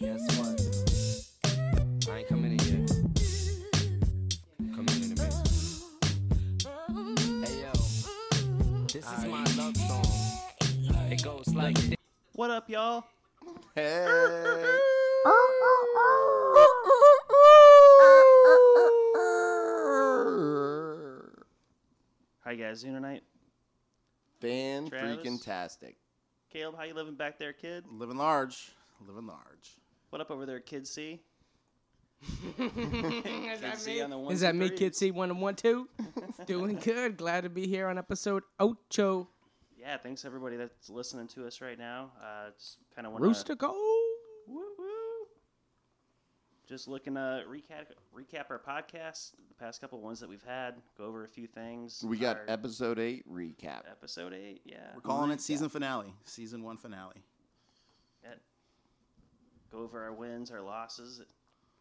Guess what? I ain't coming in yet. I'm coming in a minute. Hey yo, this is my love song. It goes like this. What up, y'all? Hey. How you guys doing tonight? Fan Travis? freaking tastic. Caleb, how you living back there, kid? Living large. Living large. What up over there, kid C? is Kid C on the ones Is that and me, threes. Kid C? One and one, two. Doing good. Glad to be here on episode ocho. Yeah, thanks everybody that's listening to us right now. Uh, just kind of want Rooster go. just looking to recap recap our podcast, the past couple ones that we've had, go over a few things. We got Our episode eight recap. episode eight. Yeah, We're calling it season finale, season one finale. Yeah. go over our wins, our losses,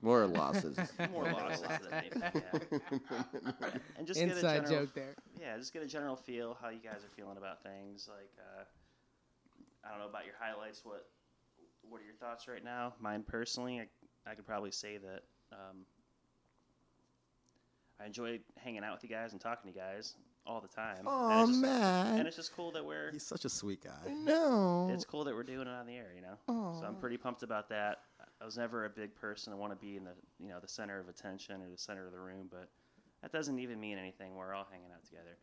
More losses. more losses than maybe. Yeah. And just get a Inside general, joke there. Yeah, just get a general feel how you guys are feeling about things. Like, uh, I don't know about your highlights. What What are your thoughts right now? Mine personally, I, I could probably say that um, I enjoy hanging out with you guys and talking to you guys all the time. and oh it's just, and man, it's just cool that we're He's such a sweet guy. no. it's cool that we're doing it on the air. You know, so I'm pretty pumped about that. I was never a big person. I want to be in the you know the center of attention or the center of the room, but that doesn't even mean anything. We're all hanging out together.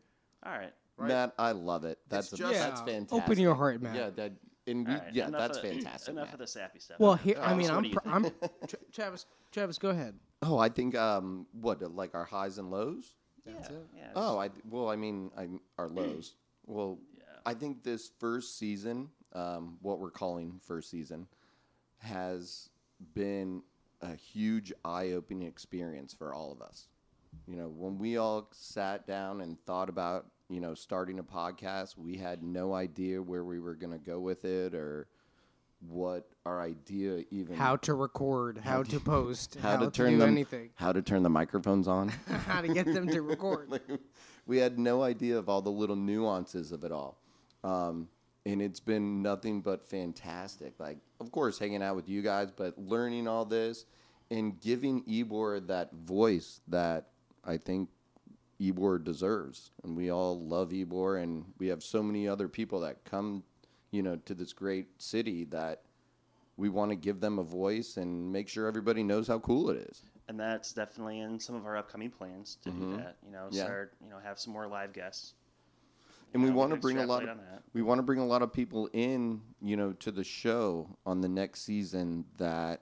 All right. Right. Matt, I love it. That's It's a, just- that's Yeah, fantastic. open your heart, Matt. Yeah, that and we, All right, yeah, enough that's of- fantastic. Enough Matt. of the sappy stuff. Well, Okay, here I Travis, mean, what I'm, do you pr- think? I'm Tra- Travis. Travis, go ahead. Oh, I think um, what like our highs and lows. That's it. yeah, Oh, I well, I mean, I our lows. Well, Yeah. I think this first season, um, what we're calling first season, has been a huge eye-opening experience for all of us. You know, when we all sat down and thought about, you know, starting a podcast, we had no idea where we were going to go with it or what our idea even How to record? How to post? how to turn do them anything? how to turn the microphones on. how to get them to record? we had no idea of all the little nuances of it all. Um, and it's been nothing but fantastic. Like, of course, hanging out with you guys, but learning all this and giving Ebor that voice that I think Ebor deserves. And we all love Ebor, and we have so many other people that come, you know, to this great city that we want to give them a voice and make sure everybody knows how cool it is. and that's definitely in some of our upcoming plans to do that. You know, Mm-hmm. Yeah. start you know have some more live guests. and we Yeah, we want to can bring a lot of extrapolate on that. we want to bring a lot of people in you know to the show on the next season that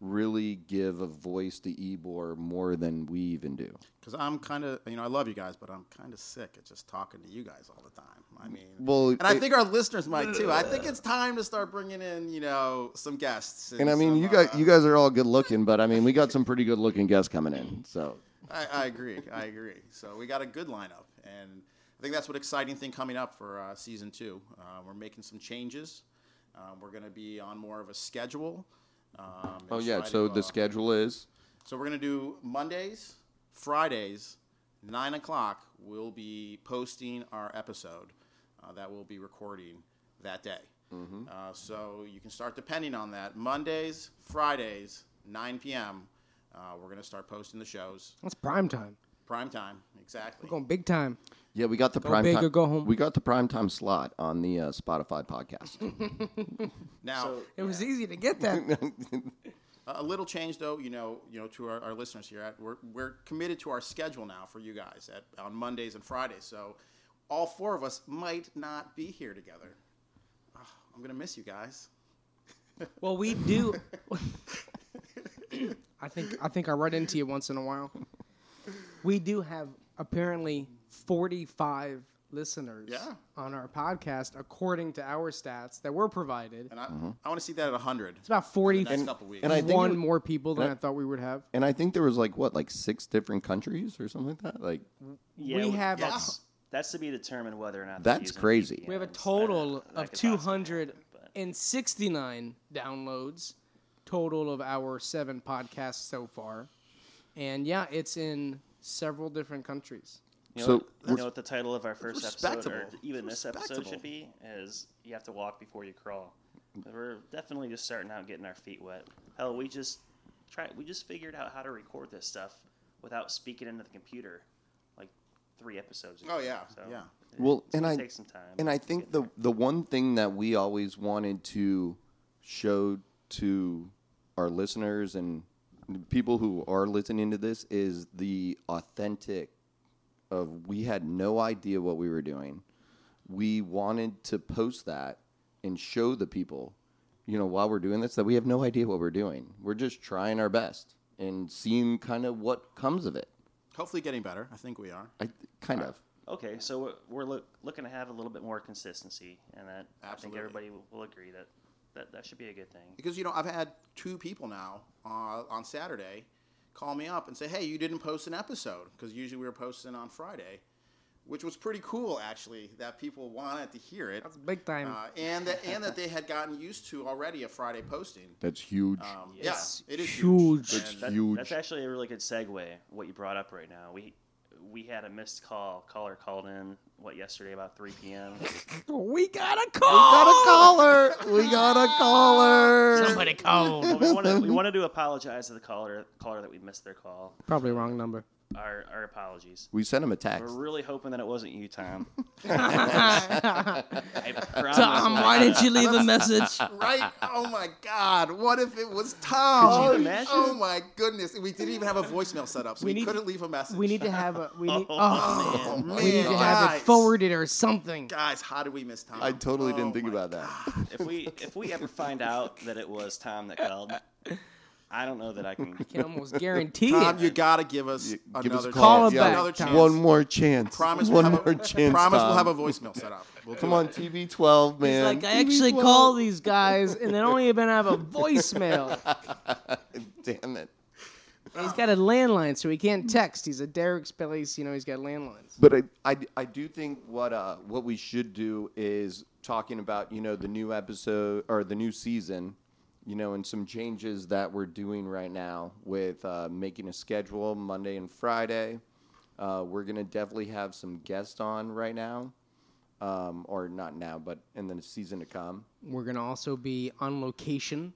really give a voice to ebor more than we even do Because I'm kind of, you know, I love you guys, but I'm kind of sick at just talking to you guys all the time. I mean, well and I it- think our listeners might too. I think it's time to start bringing in, you know, some guests. and i mean some, you guys uh, you guys are all good looking but i mean we got some pretty good looking guests coming in so I, I agree. I agree. So we got a good lineup, and I think that's what exciting thing coming up for uh, season two. Uh, we're making some changes. Um, we're going to be on more of a schedule. Um, oh and yeah try to, so the uh, schedule is So we're gonna do Mondays, Fridays, nine o'clock. We'll be posting our episode uh, that we'll be recording that day. Uh, so you can start depending on that. Mondays, Fridays, 9 p.m. Uh, we're gonna start posting the shows. That's prime time. Prime time, exactly. We're going big time. yeah we got the prime big time or go home. we got the prime time slot on the uh, spotify podcast Now. It was easy to get that. A a little change, though, you know, you know, to our, our listeners here. At, we're, we're committed to our schedule now for you guys at, on Mondays and Fridays. So all four of us might not be here together. Ah, I'm gonna miss you guys. well, we do. I think I think I run into you once in a while. We do have apparently 45 listeners Yeah. on our podcast, according to our stats that were provided. And I, I want to see that at hundred. It's about 40. Next couple weeks. and I think one it- more people than and I- I thought we would have. and i think there was like what like six different countries or something like that like Yeah, we we- have a, That's to be determined whether or not they're That's using crazy. VPNs. we have a That- total that of could possibly happen, 280 but- and 69 downloads total of our seven podcasts so far. And yeah, it's in several different countries. You know, So, what, you we're- know what the title of our first episode, or respectable. even It's this episode, respectable. should be? Is you have to walk before you crawl. We're definitely just starting out, getting our feet wet. Hell, we just try. We just figured out how to record this stuff without speaking into the computer, like three episodes ago. Oh, yeah, so yeah. it- Well, it's and gonna I take some time. and I to think get the there. the one thing that we always wanted to show to our listeners and people who are listening to this is the authentic of we had no idea what we were doing. We wanted to post that and show the people, you know, while we're doing this that we have no idea what we're doing. We're just trying our best and seeing kind of what comes of it. Hopefully, getting better. I think we are. I kind of. Okay, so we're- we're look, looking to have a little bit more consistency, and that I think Absolutely. everybody will, will agree that, that that should be a good thing. because you know I've had two people now uh, on Saturday call me up and say, "Hey, you didn't post an episode because usually we were posting on Friday," which was pretty cool actually that people wanted to hear it, That's big time. uh, and that and that they had gotten used to already a Friday posting. That's huge. Um, Yes. yeah, it is Huge. huge. It's And That- Huge. That's actually a really good segue. What you brought up right now, we we had a missed call. Caller called in what yesterday about 3 p.m. we got a We call. got a Oh! caller. We got a caller. Somebody called. Well, we wanted we wanted to apologize to the caller caller that we missed their call. Probably wrong number. Our our apologies. We sent him a We're text. really hoping that it wasn't you, Tom. Tom, I promise. um, why didn't you leave a message? Right? Oh my God! What if it was Tom? Could you imagine? Oh my goodness! We didn't even have a voicemail set up, so We we, need- couldn't leave a message. We need to have a. We need, Oh, oh, man. we need to have it Guys. forwarded or something. guys. How did we miss Tom? I totally Oh didn't think my about that. If we if we ever find out that it was Tom that called, I don't know that I can. Can almost guarantee Tom, it. you gotta give us You- another give us a chance. call. Call him back, another Tom. chance. One more chance. Promise One we'll have more a, chance. Promise Tom. we'll have a voicemail set up. We'll Come do on, it. TB12, He's man. like, I actually TB12. call these guys and they don't even have a voicemail. Damn it. He's got a landline, so he can't text. He's a Derek Space, you know, he's got landlines. But I, I, I do think what uh what we should do is talking about you know the new episode or the new season, you know, and some changes that we're doing right now with uh, making a schedule Monday and Friday. Uh, we're gonna definitely have some guests on right now, um, or not now, but in the season to come. We're going to also be on location.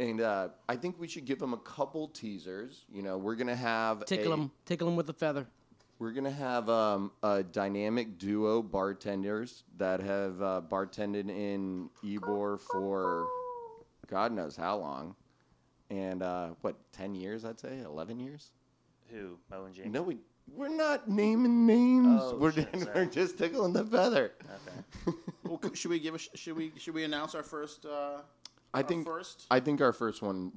And uh, I think we should give them a couple teasers. You know, we're gonna have Tickle a- him, tickle him with a feather. We're gonna have um, a dynamic duo bartenders that have uh, bartended in Ybor for God knows how long, and uh, what ten years? I'd say eleven years. Who Mo and Jake? No, we we're not naming names. Oh, we're shit, we're sorry. just tickling the feather. Okay. Well, c- should we give? A, sh- should we? Should we announce our first? Uh, I our think first. I think our first one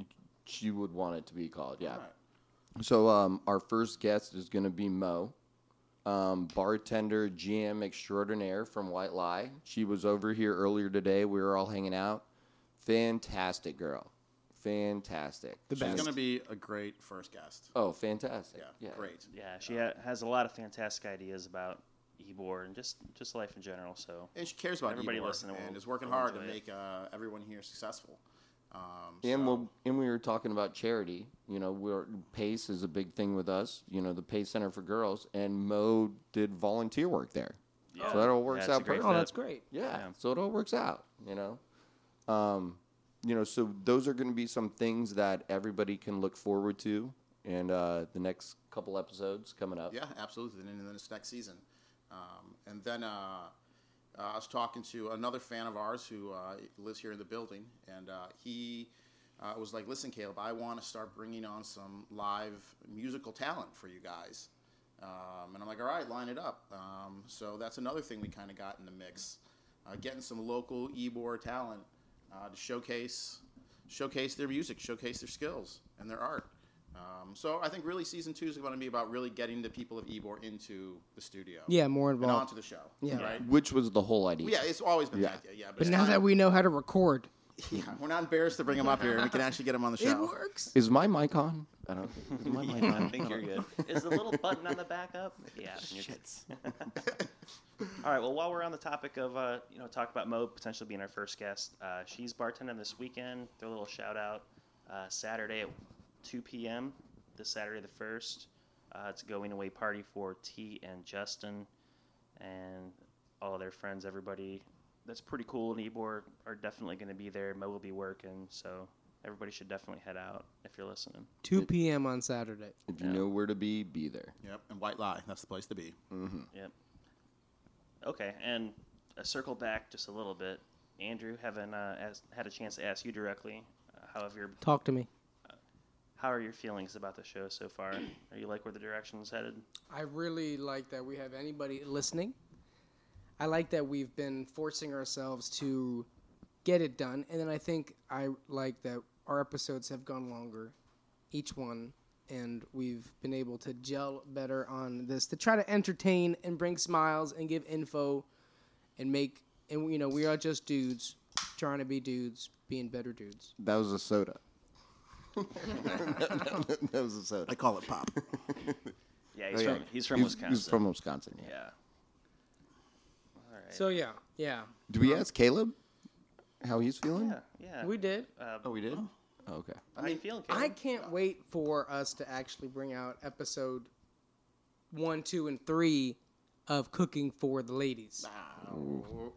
she would want it to be called. Yeah. All right. So um, our first guest is going to be Mo, um, bartender GM extraordinaire from White Lie. She was over here earlier today. We were all hanging out. Fantastic girl, fantastic. The She's best. gonna be a great first guest. Oh, fantastic! Yeah, great. Yeah, she ha- has a lot of fantastic ideas about Ebor and just just life in general. So And she cares about Everybody Ybor listening and will- is working will hard to enjoy it. make uh, everyone here successful. Um, And so- we'll, and we were talking about charity. You know, we're, Pace is a big thing with us. You know, the Pace Center for Girls, and Mo did volunteer work there. yeah, So that all works it's a out great perfect. Oh, fit. that's great. Yeah. Yeah. So it all works out, you know. Um, you know, so those are going to be some things that everybody can look forward to in uh, the next couple episodes coming up. Yeah, absolutely. And then this next season. Um, and then uh, uh, I was talking to another fan of ours who uh, lives here in the building, and uh, he uh, was like, "Listen, Caleb, I want to start bringing on some live musical talent for you guys." Um, and I'm like, "All right, line it up." Um, so that's another thing we kind of got in the mix, uh, getting some local Ebor talent uh, to showcase showcase their music, showcase their skills and their art. Um, so I think really season two is going to be about really getting the people of Ebor into the studio. Yeah, more And involved. onto the show. Yeah. Right. Which was the whole idea. Yeah, it's always been Yeah. that idea. Yeah, but, But it's now time- that we know how to record, Yeah, we're not embarrassed to bring him up here. We can actually get him on the It show. works. Is my mic on? I don't. Is my mic I on? think you're good. Is the little button on the back up? Yeah. you're good. All right. Well, while we're on the topic of uh, you know talk about Mo potentially being our first guest, uh, she's bartending this weekend. Their little shout out uh, Saturday at 2 p.m. This Saturday the first. Uh, it's a going away party for T and Justin and all of their friends. Everybody that's pretty cool. And Ebor are definitely going to be there. Mo will be working, so everybody should definitely head out if you're listening. 2 p.m. on Saturday. If you know where to be, be there. Yep, and White Lie. That's the place to be. Yep. Okay, and a circle back just a little bit. Andrew, haven't uh, as, had a chance to ask you directly. Uh, how have your Talk to me. how are your feelings about the show so far? Are you like where the direction's headed? I really like that we have anybody listening. I like that we've been forcing ourselves to get it done. And then I think I like that our episodes have gone longer, each one, and we've been able to gel better on this to try to entertain and bring smiles and give info and make, and you know, we are just dudes trying to be dudes, being better dudes. That was a soda. that was a soda. I call it pop. Yeah, he's Oh, yeah. from he's from He's- Wisconsin. He's from Wisconsin. Yeah. yeah. All right. So, yeah, yeah, Do we ask Caleb how he's feeling? yeah, yeah. Hmm. we did. Uh, Oh, we did. Oh, okay. how you feeling? I Caleb? can't wait for us to actually bring out episode one, two, and three of Cooking for the Ladies.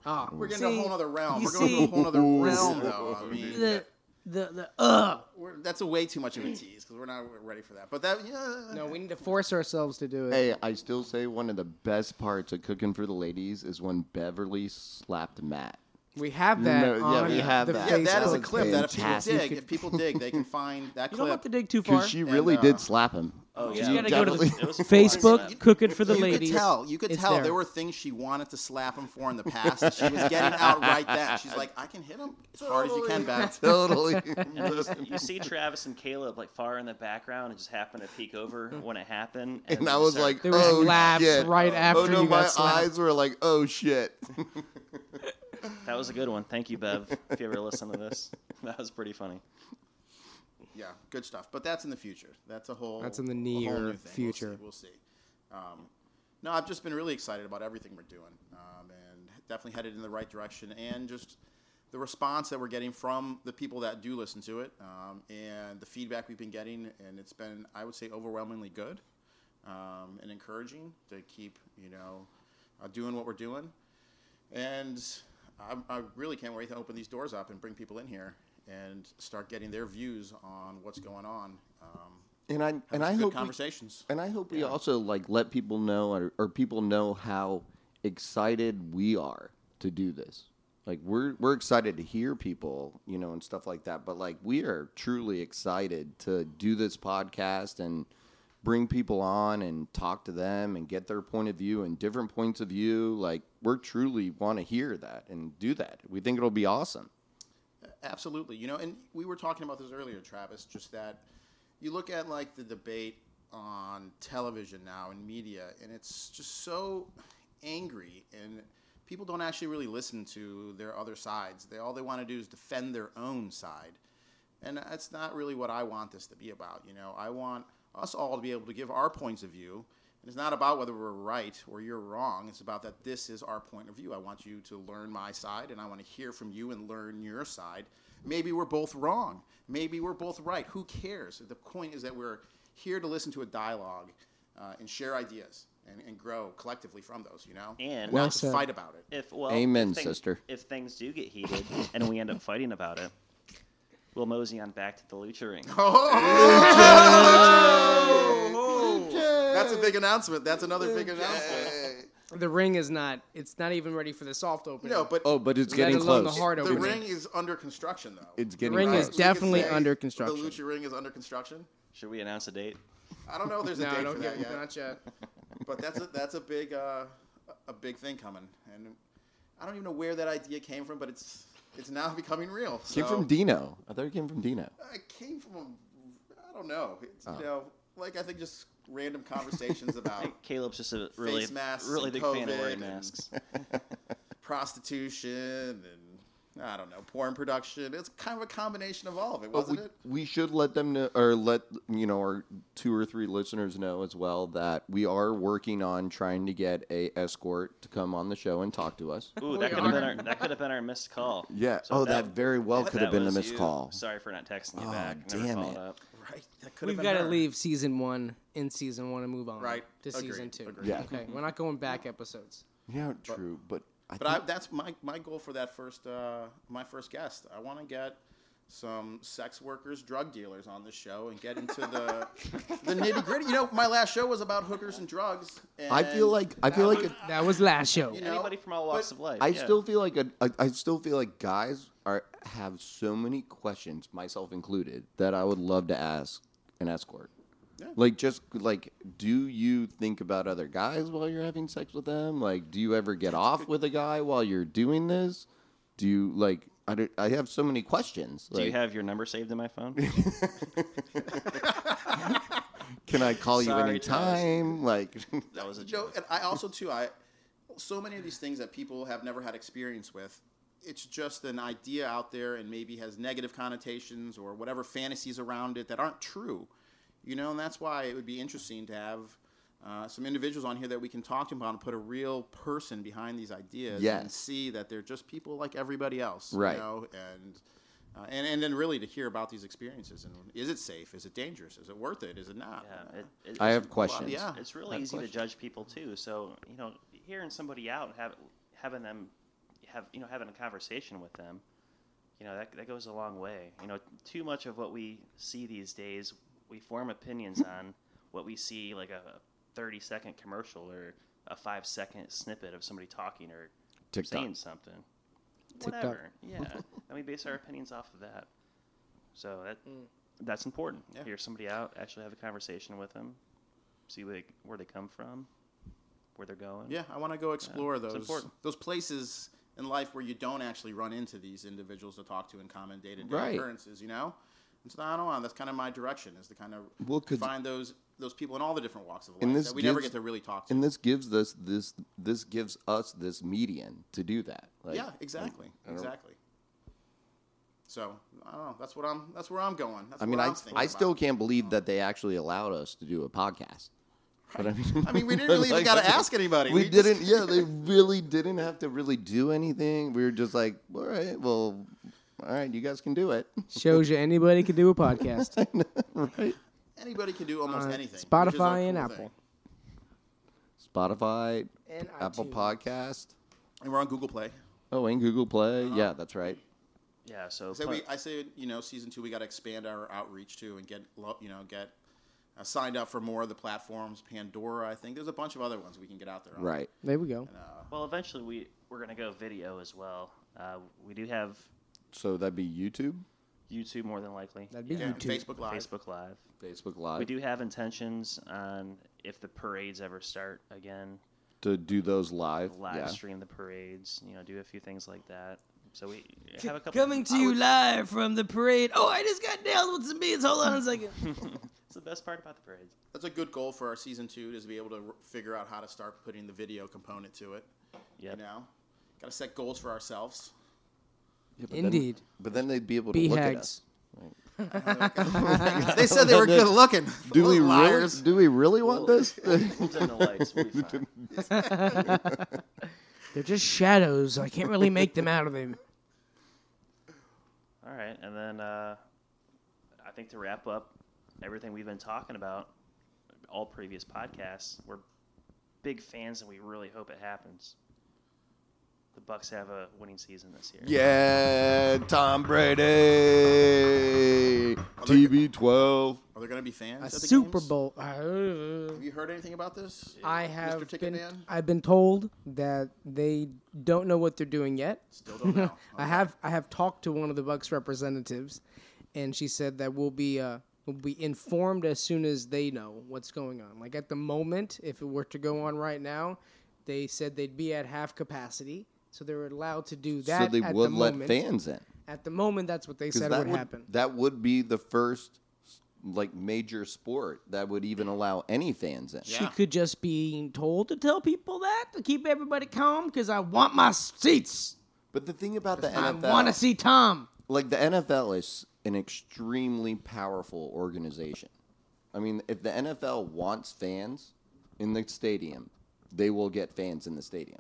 Ah, We're getting to a whole other realm. you We're going to see- a whole other realm, though. I mean, The the the uh. we're, that's a way too much of a tease because we're not ready for that. But that, yeah, No, we need to force ourselves to do it. Hey, I still say one of the best parts of cooking for the ladies is when Beverly slapped Matt. We have that No, yeah, on we have the that. yeah, that is a Facebook. clip that if people Fantastic. dig, if people dig, they can find that You clip. don't have to dig too far. Because she really uh, did slap him. Oh, She yeah. gotta go to the- definitely- It was a full-on Facebook slap. cooking for the you ladies. could tell. You could It's tell there. there were things she wanted to slap him for in the past. and she was getting out right then. She's like, I can hit him as hard as you can, Beth. totally. You see Travis and Caleb like far in the background and just happen to peek over when it happened. and they I just was started like, There was oh laughs shit. right oh after no, you got my slapped. eyes were like, oh shit. That was a good one. Thank you, Bev. If you ever listen to this, that was pretty funny. Yeah, good stuff. But that's in the future. That's a whole. That's in the a whole near new thing. future. We'll see. We'll see. Um, no, I've just been really excited about everything we're doing, um, and definitely headed in the right direction, and just the response that we're getting from the people that do listen to it, um, and the feedback we've been getting, and it's been, I would say, overwhelmingly good um, and encouraging to keep, you know, uh, doing what we're doing. And I, I really can't wait to open these doors up and bring people in here and start getting their views on what's going on. Um, And I and and I good hope we- conversations. And I hope we also like let people know or, or people know how excited we are to do this. Like we're we're excited to hear people, you know, and stuff like that. But like we are truly excited to do this podcast and bring people on and talk to them and get their point of view and different points of view. Like we're truly want to hear that and do that. We think it'll be awesome. Absolutely. You know, and we were talking about this earlier, Travis, just that you look at like the debate on television now and media, and it's just so angry, and people don't actually really listen to their other sides. They all they want to do is defend their own side. And that's not really what I want this to be about. You know, I want us all to be able to give our points of view. And it's not about whether we're right or you're wrong. It's about that this is our point of view. I want you to learn my side, and I want to hear from you and learn your side. Maybe we're both wrong. Maybe we're both right. Who cares? The point is that we're here to listen to a dialogue uh, and share ideas and, and grow collectively from those, you know? And- not Well to said. fight about it. If well, Amen, if thing- sister. If things do get heated and we end up fighting about it, we'll mosey on back to the lucha ring. Oh! That's a big announcement. That's another big announcement. The ring is not. It's not even ready for the soft opening. No, but Oh, but it's Let getting alone close. the hard the opening. ring is under construction, though. It's getting ring Right, is so close. we could definitely say under construction. The Lucha Ring is under construction. Should we announce a date? I don't know if there's a no, date don't for get that yet, not yet. but that's a, that's a big uh, a big thing coming, and I don't even know where that idea came from, but it's it's now becoming real. So. Came from Dino. I thought it came from Dino. It came from a, I don't know. It's, Oh. You know, like I think just random conversations about Caleb's just a really, Face masks really and big fan of COVID wearing and- masks. prostitution and I don't know, porn production. It's kind of a combination of all of it, But wasn't we, it? we should let them know, or let you know, our two or three listeners know as well that we are working on trying to get a escort to come on the show and talk to us. Ooh, that we could have are. been our that could have been our missed call. Yeah. So oh, that, very well could have that been a was missed you. call. Sorry for not texting you Oh, back. Never damn followed it. up. Right. That could We've have been got to her. leave season one in season one and move on Right. to Agreed. season two. Agreed. Yeah. Okay, we're not going back episodes. Yeah, true. But I But I, think that's my, my goal for that first uh, my first guest. I want to get some sex workers, drug dealers on this show and get into the the nitty gritty. You know, my last show was about hookers and drugs. And I feel like I feel like it, That was last show. You know, Anybody from all walks but of life. I yeah. still feel like a, I, I still feel like guys are have so many questions, myself included, that I would love to ask an escort. Yeah. Like just like, do you think about other guys while you're having sex with them? Like, do you ever get off with a guy while you're doing this? Do you like? I, do- I have so many questions. Do Like, you have your number saved in my phone? can I call you Sorry, anytime? Like, That was a you know, joke. and I also too I so many of these things that people have never had experience with. It's just an idea out there and maybe has negative connotations or whatever fantasies around it that aren't true. You know, and that's why it would be interesting to have uh, some individuals on here that we can talk to about and put a real person behind these ideas and Yes. see that they're just people like everybody else. Right. You know, and uh, and, and then really to hear about these experiences and is it safe? Is it dangerous? Is it worth it? Is it not? Yeah, it- it- I have it's- questions. yeah. It's really Have easy to questions. judge people too. So you know, hearing somebody out, have, having them, have you know, having a conversation with them, you know, that that goes a long way. You know, too much of what we see these days, we form opinions on what we see, like a thirty second commercial or a five second snippet of somebody talking or TikTok. saying something. TikTok. Whatever. Yeah. and we base our opinions off of that. So that that's important. Yeah. Hear somebody out, actually have a conversation with them, see where they, where they come from, where they're going. Yeah, I want to go explore it's those important. those places in life where you don't actually run into these individuals to talk to in common day to Right. day occurrences. You know, and so I don't know. That's kind of my direction is to kind of Well, 'cause- find those those people in all the different walks of life And this that we never gives- get to really talk to. and this gives us this this gives us this median to do that. Like, yeah, exactly, I don't- exactly. So I don't know. That's what I'm. That's where I'm going. That's I mean, what I, I'm thinking I about. still can't believe that they actually allowed us to do a podcast. But I mean, I mean, we didn't really even got to ask anybody. We, just- didn't. Yeah, they really didn't have to really do anything. We were just like, all right, well, all right, you guys can do it, Shows you anybody can do a podcast. right? Anybody can do almost Uh, on anything. which is a Spotify and cool Apple. thing. Spotify, And Apple iTunes. Podcast. And we're on Google Play. Oh, and Google Play. Uh-huh. Yeah, that's right. Yeah. So, So put- we, I say, you know, season two, we got to expand our outreach too and get, lo- you know, get uh, signed up for more of the platforms. Pandora, I think. There's a bunch of other ones we can get out there. On. Right. There we go. well, eventually we, we're going to go video as well. Uh, we do have So that'd be YouTube, YouTube more than likely. That'd be Yeah, and YouTube. Facebook Live. Facebook Live. Facebook Live. We do have intentions on if the parades ever start again, to do those live. live yeah. stream the parades, you know, do a few things like that. So we have a couple Coming to you live from the parade. Oh, I just got nailed with some beans. Hold on a second. It's the best part about the parades. That's a good goal for our season two is to be able to r- figure out how to start putting the video component to it. Yep. You know, got to set goals for ourselves. Yeah, but then- Indeed. but then they'd be able to B look at hags. us. they said they were good looking. Do Those we really? liars. Do we really want this? We'll dim the lights. We'll be fine. They're just shadows. I can't really make them out of them. All right, and then uh, I think to wrap up everything we've been talking about, all previous podcasts, we're big fans and we really hope it happens. The Bucks have a winning season this year. Yeah, Tom Brady. TB12. Are there going to be fans? A at the Super games? Bowl. Uh, Have you heard anything about this? I have been. Ticket Man? I've been told that they don't know what they're doing yet. Still don't know. I have. I have talked to one of the Bucks representatives, and she said that we'll be uh, we'll be informed as soon as they know what's going on. Like at the moment, if it were to go on right now, they said they'd be at half capacity, so they're allowed to do that. so they at would the let moment. fans in. At the moment, that's what they 'Cause said that would, would happen. That would be the first like major sport that would even allow any fans in. Yeah. She could just be told to tell people that to keep everybody calm because I want my seats. But the thing about the I NFL, want to see Tom. like the NFL is an extremely powerful organization. I mean, if the NFL wants fans in the stadium, they will get fans in the stadium.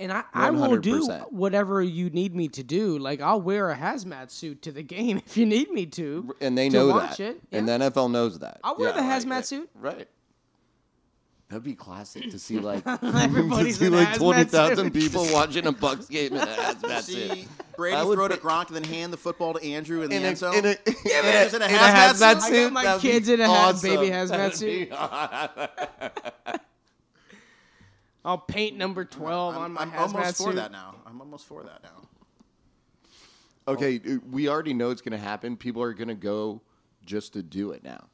And I, I will do 100%. whatever you need me to do. Like I'll wear a hazmat suit to the game if you need me to. And they to know watch that. It. And Yeah. the NFL knows that. I'll wear Yeah, the right, hazmat right. suit. Right. That'd be classic to see like to Everybody's see in like hazmat twenty thousand suits. people watching a Bucks game in a hazmat See suit. Brady I would throw to pick- Gronk and then hand the football to Andrew in the In a, end zone. in a, in a- Just in a in a hazmat hazmat suit? I got suit? my That'd be kids in a ha- baby awesome. hazmat That'd be suit. I'll paint number 12 on I'm, my I'm hazmat almost suit. for that now. I'm almost for that now. Okay, uh, we already know it's going to happen. People are going to go just to do it now.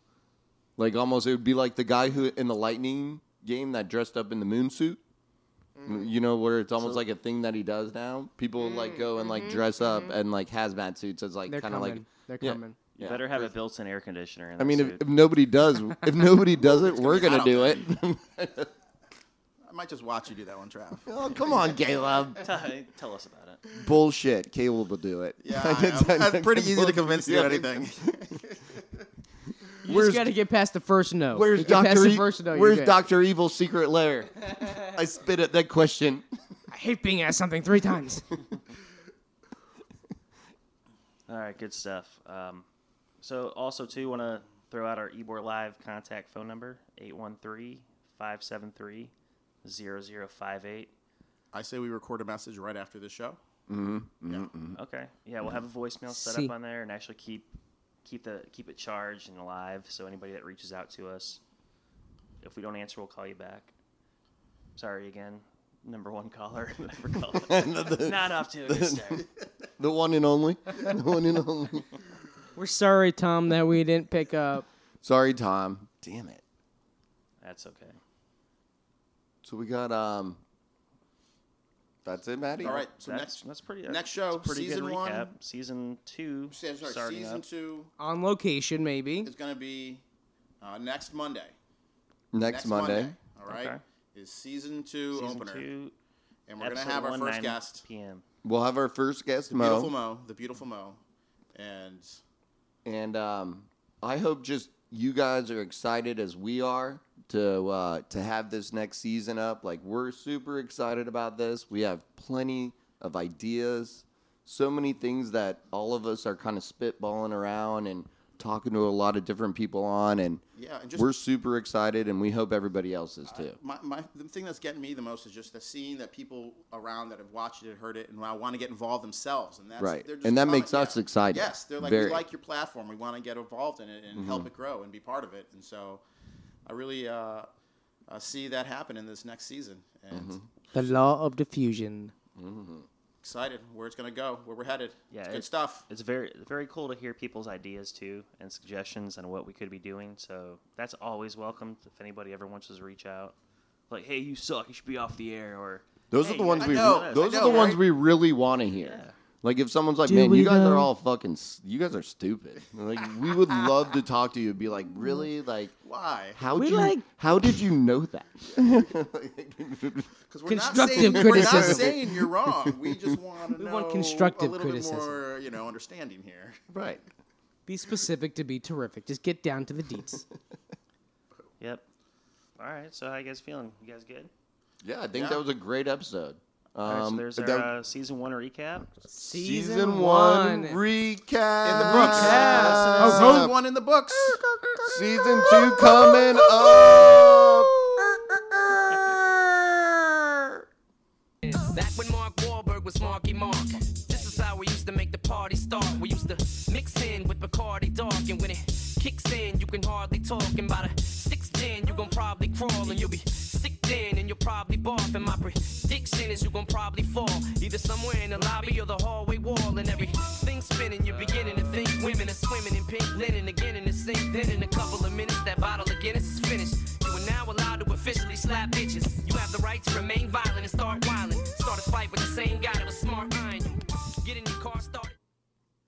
Like almost, it would be like the guy who in the lightning game that dressed up in the moon suit. Mm-hmm. You know, where it's almost like a thing that he does now. People like go and Mm-hmm. like dress up and like hazmat suits as like They're kind of coming. like. They're yeah. coming. You better have a built-in air conditioner. In I that mean, if, suit. if nobody does, if nobody does it, we're gonna gonna be do it. I might just watch you do that one, Trav. oh, come on, Caleb! Tell- tell us about it. Bullshit, Caleb will do it. Yeah, I, am pretty easy to convince you of anything. You Where's- just got to get past the first no. Where's You get past Doctor? E-, the first no, you're where's good. Doctor Evil's secret lair? I spit at that question. I hate being asked something three times. All right, good stuff. Um, so also too, want to throw out our Ebor Live contact phone number 813-573-0058. I say we record a message right after the show. Okay. Yeah, Mm-hmm. we'll have a voicemail set See. up on there and actually keep keep the keep it charged and alive so anybody that reaches out to us if we don't answer, we'll call you back. Sorry again. Number one caller. Never called. Not off to a good start. The one and only. The one and only. We're sorry, Tom, that we didn't pick up. Sorry, Tom. Damn it. That's okay. So we got um. That's it, Maddie. All right, so that's, next that's pretty. next that's show, a pretty season good one. recap. Season two. se- sorry, starting season up. two On location, maybe. is going to be uh, next Monday. Next, Monday. All right, Okay. is season two Season opener, two. and we're going episode to have our one, first 9 guest, PM. We'll have our first guest, beautiful Mo, Mo, the beautiful Mo, and and um, I hope just you guys are excited as we are to uh, to have this next season up. Like we're super excited about this. We have plenty of ideas, so many things that all of us are kind of spitballing around and talking to a lot of different people on, and yeah, and just we're super excited, and we hope everybody else is too. my, my the thing that's getting me the most is just the seeing that people around that have watched it, heard it, and now want to get involved themselves, and that's Right. they're just And that comment- makes us excited. Yes, they're like Very. Mm-hmm. we like your platform, we want to get involved in it and help it grow and be part of it, and so I really uh, uh, see that happen in this next season, and Mm-hmm. The law of diffusion. excited where it's going to go, where we're headed. Yeah, it's it- good stuff. It's very very cool to hear people's ideas too and suggestions on what we could be doing. So that's always welcome if anybody ever wants us to reach out. Like, hey, you suck. You should be off the air. Or Those "Hey, are the you ones guys we. are doing this." know, those I are the know, ones right? we really want to hear. Like if someone's like, Do "Man, we you guys are though?" all fucking. s- You guys are stupid." Like we would love to talk to you. and Be like, really? Like Why? how We did you? like- How did you know that? Because we're not Constructive saying, We're not criticism. saying you're wrong. We just want to We know want constructive a little criticism. bit more, you know, understanding here. right. Be specific to be terrific. Just get down to the deets. Yep. All right. So how you guys feeling? You guys good? Yeah, I think Yeah. that was a great episode. Um, All right, so there's our that- uh, season one recap. Season, one one. recap In the books. Yeah. Oh, Season one in the books. Season two coming up. Back when Mark Wahlberg was Marky Mark. This is how we used to make the party start. We used to mix in with Bacardi Dark, and when it kicks in, you can hardly talk. And by the sixth gin, you gon' probably crawl, and you'll be sick then, and you'll probably barf. And my prediction is you gon' probably fall, either somewhere in the lobby or the hallway wall, and everything spinning. You're beginning to think women are swimming in pink linen again in the sink. Then in a couple of minutes, that bottle of Guinness is finished. You are now allowed to officially slap bitches. You have the right to remain violent and start wilding. Start a fight with the same guy that was smart eyeing you. Get in your car, start it.